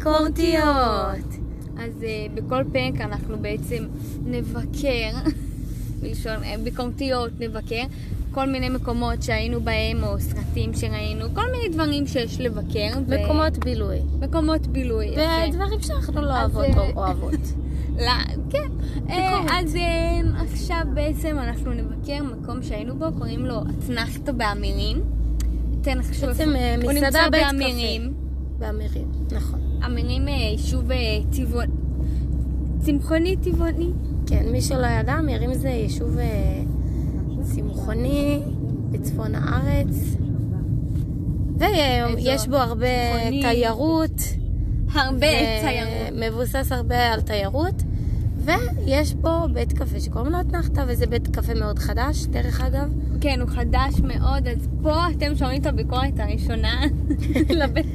הביקורתיות. אז אה, בכל פרק אנחנו בעצם נבקר, בלשון אה, ביקורתיות נבקר, כל מיני מקומות שהיינו בהם, או סרטים שראינו, כל מיני דברים שיש לבקר. ו- מקומות בילוי. מקומות בילוי. אז, אה, ודברים שאנחנו לא אז, אוהבות אה, או אוהבות. לא, כן. אה, ביקורת. אז אה, עכשיו בעצם אנחנו נבקר מקום שהיינו בו, קוראים לו אתנחתא באמירים. תנחשו בעצם, איפה- אה, הוא נמצא מסעדה, בית קפה. באמירים. באמירים. נכון. אמירים אה, יישוב אה, טבעו... צמחוני טבעוני. כן, מי שלא ידע, אמירים זה יישוב אה, צמחוני בצפון הארץ. ויש אזור בו הרבה צמחוני. תיירות. הרבה ו- תיירות. מבוסס הרבה על תיירות. ויש פה בית קפה שקוראים לו אתנחתא, וזה בית קפה מאוד חדש, דרך אגב. כן, הוא חדש מאוד, אז פה אתם שומעים את הביקורת הראשונה לבית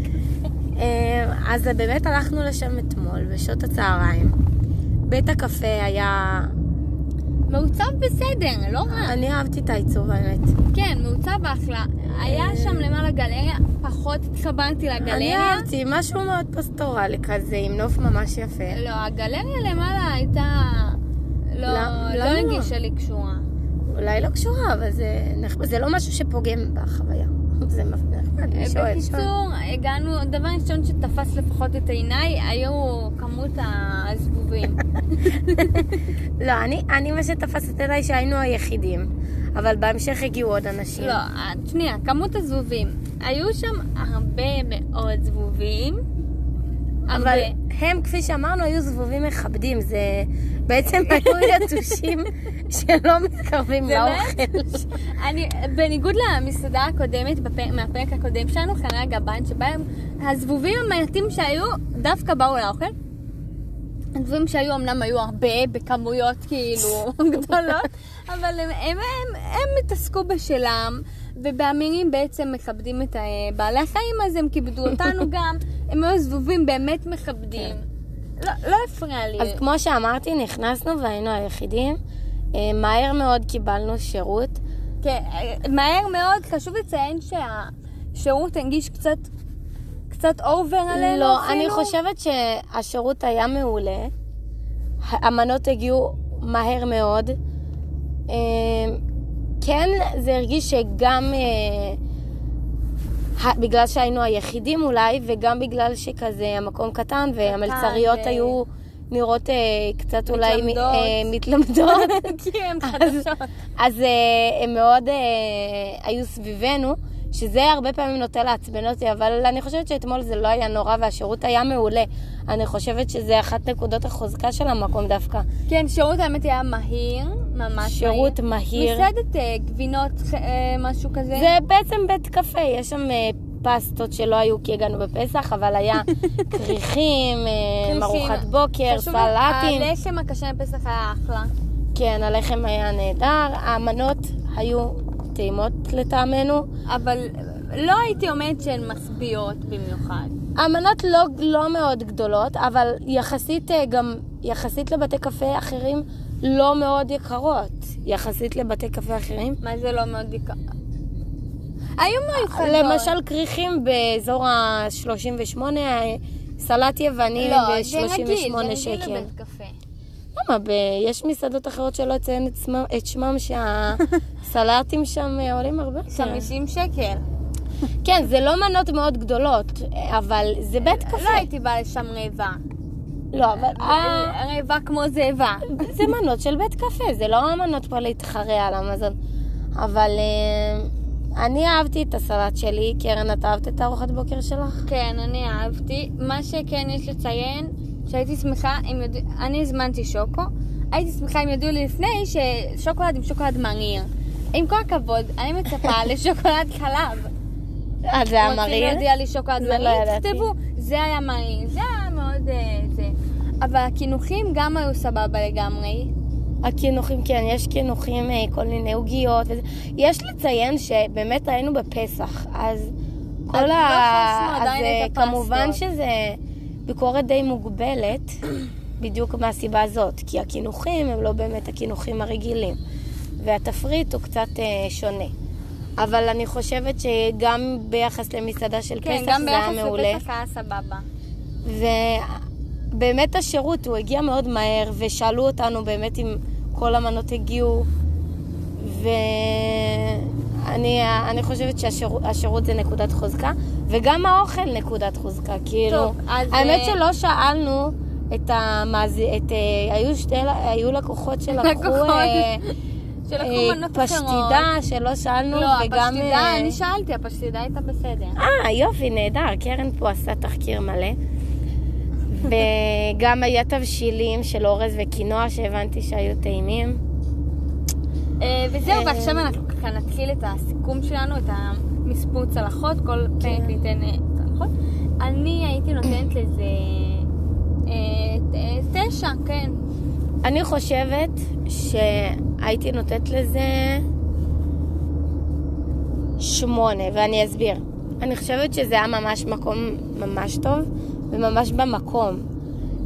אה, אז באמת הלכנו לשם אתמול, בשעות הצהריים. בית הקפה היה... אה, מעוצב בסדר, לא רע. אני אהבתי את העיצוב, האמת. כן, מעוצב אחלה. אה. היה שם למעלה גלריה, פחות התחברתי אני לגלריה. אהבתי משהו מאוד פסטורלי כזה, עם נוף ממש יפה. לא, הגלריה למעלה הייתה... לא, למה- לא למה? הרגישה לי קשורה. אולי לא קשורה, אבל זה, נחמד, זה לא משהו שפוגם בחוויה. זה נחמד, אני שואל, שואל. אה, בקיצור, הגענו, דבר ראשון שתפס לפחות את עיניי, היו כמות הזבובים. לא, אני, אני מה שתפס את עיניי שהיינו היחידים, אבל בהמשך הגיעו עוד אנשים. לא, שנייה, כמות הזבובים. היו שם הרבה מאוד זבובים. אבל הרבה. הם, כפי שאמרנו, היו זבובים מכבדים, זה בעצם היו יתושים שלא מתקרבים לאוכל. אני, בניגוד למסעדה הקודמת, בפר, מהפרק הקודם שלנו, חנה הגבן, שבהם הזבובים המעטים שהיו, דווקא באו לאוכל. הזבובים שהיו אמנם היו הרבה, בכמויות כאילו גדולות, אבל הם, הם, הם, הם התעסקו בשלם, ובאמירים בעצם מכבדים את אה, בעלי החיים, אז הם כיבדו אותנו גם, הם היו זבובים באמת מכבדים. לא, לא הפריע לי. כן. אז כמו שאמרתי, נכנסנו והיינו היחידים. אה, מהר מאוד קיבלנו שירות. כן, מהר מאוד, חשוב לציין שהשירות הנגיש קצת, קצת אובר עלינו לא, אפילו. אני חושבת שהשירות היה מעולה. המנות הגיעו מהר מאוד. אה, כן, זה הרגיש שגם אה, ה- בגלל שהיינו היחידים אולי, וגם בגלל שכזה המקום קטן והמלצריות ו- היו נראות אה, קצת אולי מ- מתלמדות. אה, מתלמדות. כי הם חדשות. אז אה, הם מאוד אה, היו סביבנו, שזה הרבה פעמים נוטה לעצבן אותי, אבל אני חושבת שאתמול זה לא היה נורא והשירות היה מעולה. אני חושבת שזה אחת נקודות החוזקה של המקום דווקא. כן, שירות האמת היה מהיר, ממש שירות מהיר. מסעדת אה, גבינות, אה, משהו כזה. זה בעצם בית קפה, יש שם אה, פסטות שלא היו כי הגענו בפסח, אבל היה כריכים, אה, כריכים. ארוחת בוקר, כן, חשוב- סלטים. הלחם הקשה לפסח היה אחלה. כן, הלחם היה נהדר, המנות היו טעימות לטעמנו. אבל לא הייתי אומרת שהן משביעות במיוחד. המנות לא, לא מאוד גדולות, אבל יחסית אה, גם, יחסית לבתי קפה אחרים, לא מאוד יקרות. יחסית לבתי קפה אחרים. מה זה לא מאוד יקר? היו מיוחדות. למשל כריכים באזור ה-38, סלט יווני לא, זה רגיל, זה ב-38 רגיל שקל. לבית קפה. למה? ב- יש מסעדות אחרות שלא אציין את שמם- את שמם שהסלטים שם אה, עולים הרבה יותר. 50 שקל. כן, זה לא מנות מאוד גדולות, אה, אבל זה בית לא קפה. הייתי באה לשם רעבה. לא, אבל... אה, רעבה כמו זאבה. זה מנות של בית קפה, זה לא מנות פה להתחרע על המזון. אבל אה, אני אהבתי את הסלט שלי. קרן, את אהבת את הארוחת בוקר שלך? כן, אני אהבתי. מה שכן יש לציין, שהייתי שמחה אם יודו... אני הזמנתי שוקו. הייתי שמחה אם ידעו לי לפני ששוקולד עם שוקולד מריר. עם כל הכבוד, אני מצפה לשוקולד חלב. אה, זה היה רוצים מריר? להודיע לי שוקולד זה לא מריר? ידעתי. תכתבו, זה היה מריר, זה היה מאוד אה, זה. אבל הקינוחים גם היו סבבה לגמרי. הקינוחים, כן, יש קינוחים, אה, כל מיני עוגיות. וזה. יש לציין שבאמת היינו בפסח, אז כל אז לא ה... חשנו עדיין אה, את כמובן הפסטות. שזה ביקורת די מוגבלת, בדיוק מהסיבה הזאת, כי הקינוחים הם לא באמת הקינוחים הרגילים, והתפריט הוא קצת אה, שונה. אבל אני חושבת שגם ביחס למסעדה של כן, פסח גם זה היה ביחס מעולה. לפסח היה סבבה. ובאמת השירות, הוא הגיע מאוד מהר, ושאלו אותנו באמת אם כל המנות הגיעו, ואני אני חושבת שהשירות השירות זה נקודת חוזקה, וגם האוכל נקודת חוזקה, כאילו. טוב, אז, האמת אה, שלא שאלנו את המאז... את... אה, היו, שתי... היו לקוחות שלקחו... לקוחות. אה, שלקחו אה, מנות אחרות. פשטידה, שלא שאלנו, לא, וגם... הפשטידה, אה, אני שאלתי, הפשטידה הייתה בסדר. אה, יופי, נהדר. קרן פה עשה תחקיר מלא. וגם היה תבשילים של אורז וקינוע שהבנתי שהיו טעימים. אה, וזהו, אה, ועכשיו אנחנו ככה נתחיל את הסיכום שלנו, את המספור צלחות, כל פרק ניתן אה, צלחות. אני הייתי נותנת לזה אה, ת- אה, תשע, כן. אני חושבת שהייתי נותנת לזה שמונה, ואני אסביר. אני חושבת שזה היה ממש מקום ממש טוב, וממש במקום.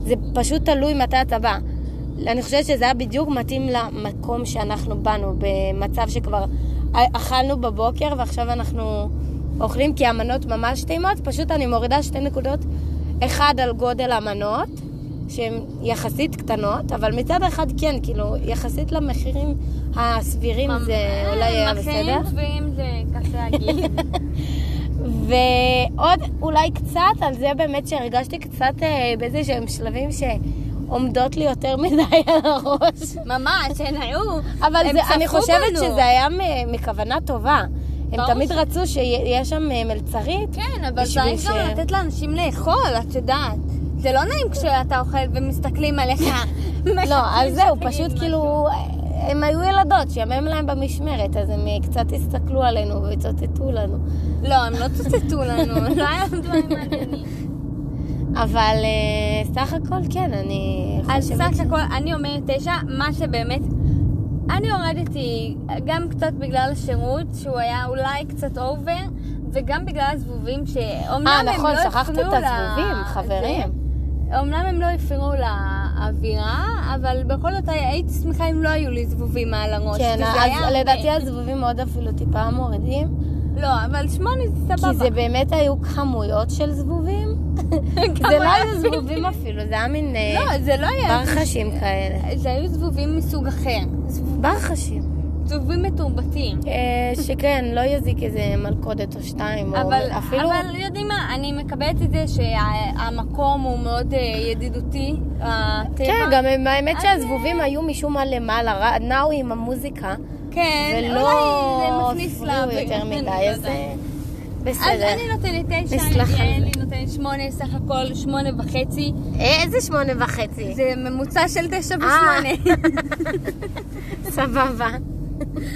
זה פשוט תלוי מתי אתה בא. אני חושבת שזה היה בדיוק מתאים למקום שאנחנו באנו, במצב שכבר אכלנו בבוקר ועכשיו אנחנו אוכלים כי המנות ממש טעימות, פשוט אני מורידה שתי נקודות, אחד על גודל המנות, שהן יחסית קטנות, אבל מצד אחד כן, כאילו, יחסית למחירים הסבירים זה אה, אולי היה מחירים בסדר. צבועים זה קשה להגיד. ועוד אולי קצת, על זה באמת שהרגשתי קצת אה, באיזה שהם שלבים שעומדות לי יותר מדי על הראש. ממש, הן היו. אבל הם זה, אני צפו חושבת בנו. שזה היה מ- מכוונה טובה. הם ברור תמיד ש- רצו שיהיה שם אה, מלצרית. כן, אבל בשביל צריך גם ש- לתת לאנשים לאכול, את יודעת. זה לא נעים כשאתה אוכל ומסתכלים עליך. לא, אז זהו, משקרים, פשוט משהו. כאילו, אה, הם היו ילדות, שימם להם במשמרת, אז הם אה, קצת הסתכלו עלינו וצוטטו לנו. לא, הם לא צוטטו לנו, לא היה דברים מעניינים. אבל אה, סך הכל, כן, אני אז חושבת... סך הכל, אני אומרת תשע, מה שבאמת... אני הורדתי גם קצת בגלל השירות, שהוא היה אולי קצת אובר, וגם בגלל הזבובים, שאומנם אה, הם לא נכון, שכחת הפריעו את הזבובים, ל- חברים. זה- אומנם הם לא הפריעו לאווירה, אבל בכל זאת הייתי שמחה אם לא היו לי זבובים מעל הראש. כן, כי זה אז היה- אוקיי. לדעתי הזבובים עוד אפילו טיפה מורידים, לא, אבל שמונה זה סבבה. כי זה באמת היו כמויות של זבובים. זה לא היו זבובים אפילו, זה היה מין אה, לא, זה לא היה... ברחשים כאלה. זה היו זבובים מסוג אחר. ברחשים. זבובים מתורבתים. אה, שכן, לא יזיק איזה מלכודת או שתיים, או אבל, אפילו... אבל יודעים מה, אני מקבלת את זה שהמקום הוא מאוד אה, ידידותי, הטבע. כן, גם הם- האמת אז- אה, שהזבובים היו משום מה למעלה, ר- נעו עם המוזיקה, כן, ולא אולי זה מכניס לה... לא לא הפריעו יותר מדי, אז אה, אז בסדר. אני נותנת תשע, נסלח על יעלי זה. נותנת שמונה, סך הכל שמונה וחצי. אה, איזה שמונה וחצי? זה ממוצע של תשע אה. ושמונה. סבבה.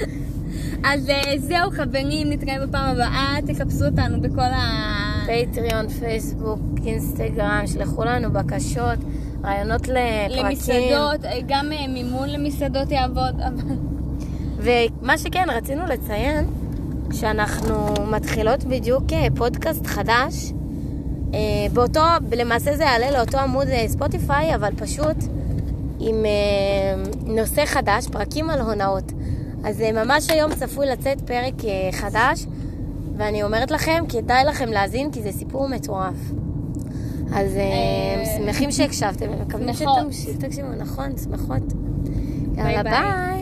אז אה, זהו חברים, נתראה בפעם הבאה, תחפשו אותנו בכל ה... פטריון, פייסבוק, אינסטגרם, שלחו לנו בקשות, רעיונות לפרקים. למסעדות, אה, גם אה, מימון למסעדות יעבוד, אבל... ומה שכן, רצינו לציין, שאנחנו מתחילות בדיוק אה, פודקאסט חדש. אה, באותו, למעשה זה יעלה לאותו עמוד אה, ספוטיפיי, אבל פשוט עם אה, נושא חדש, פרקים על הונאות. אז אה, ממש היום צפוי לצאת פרק אה, חדש, ואני אומרת לכם, כדאי לכם להאזין, כי זה סיפור מטורף. אז אה, אה, שמחים שהקשבתם, ומקווים שמחות. שתמשיכו, תקשיבו, נכון, שמחות. ביי יאללה ביי. ביי.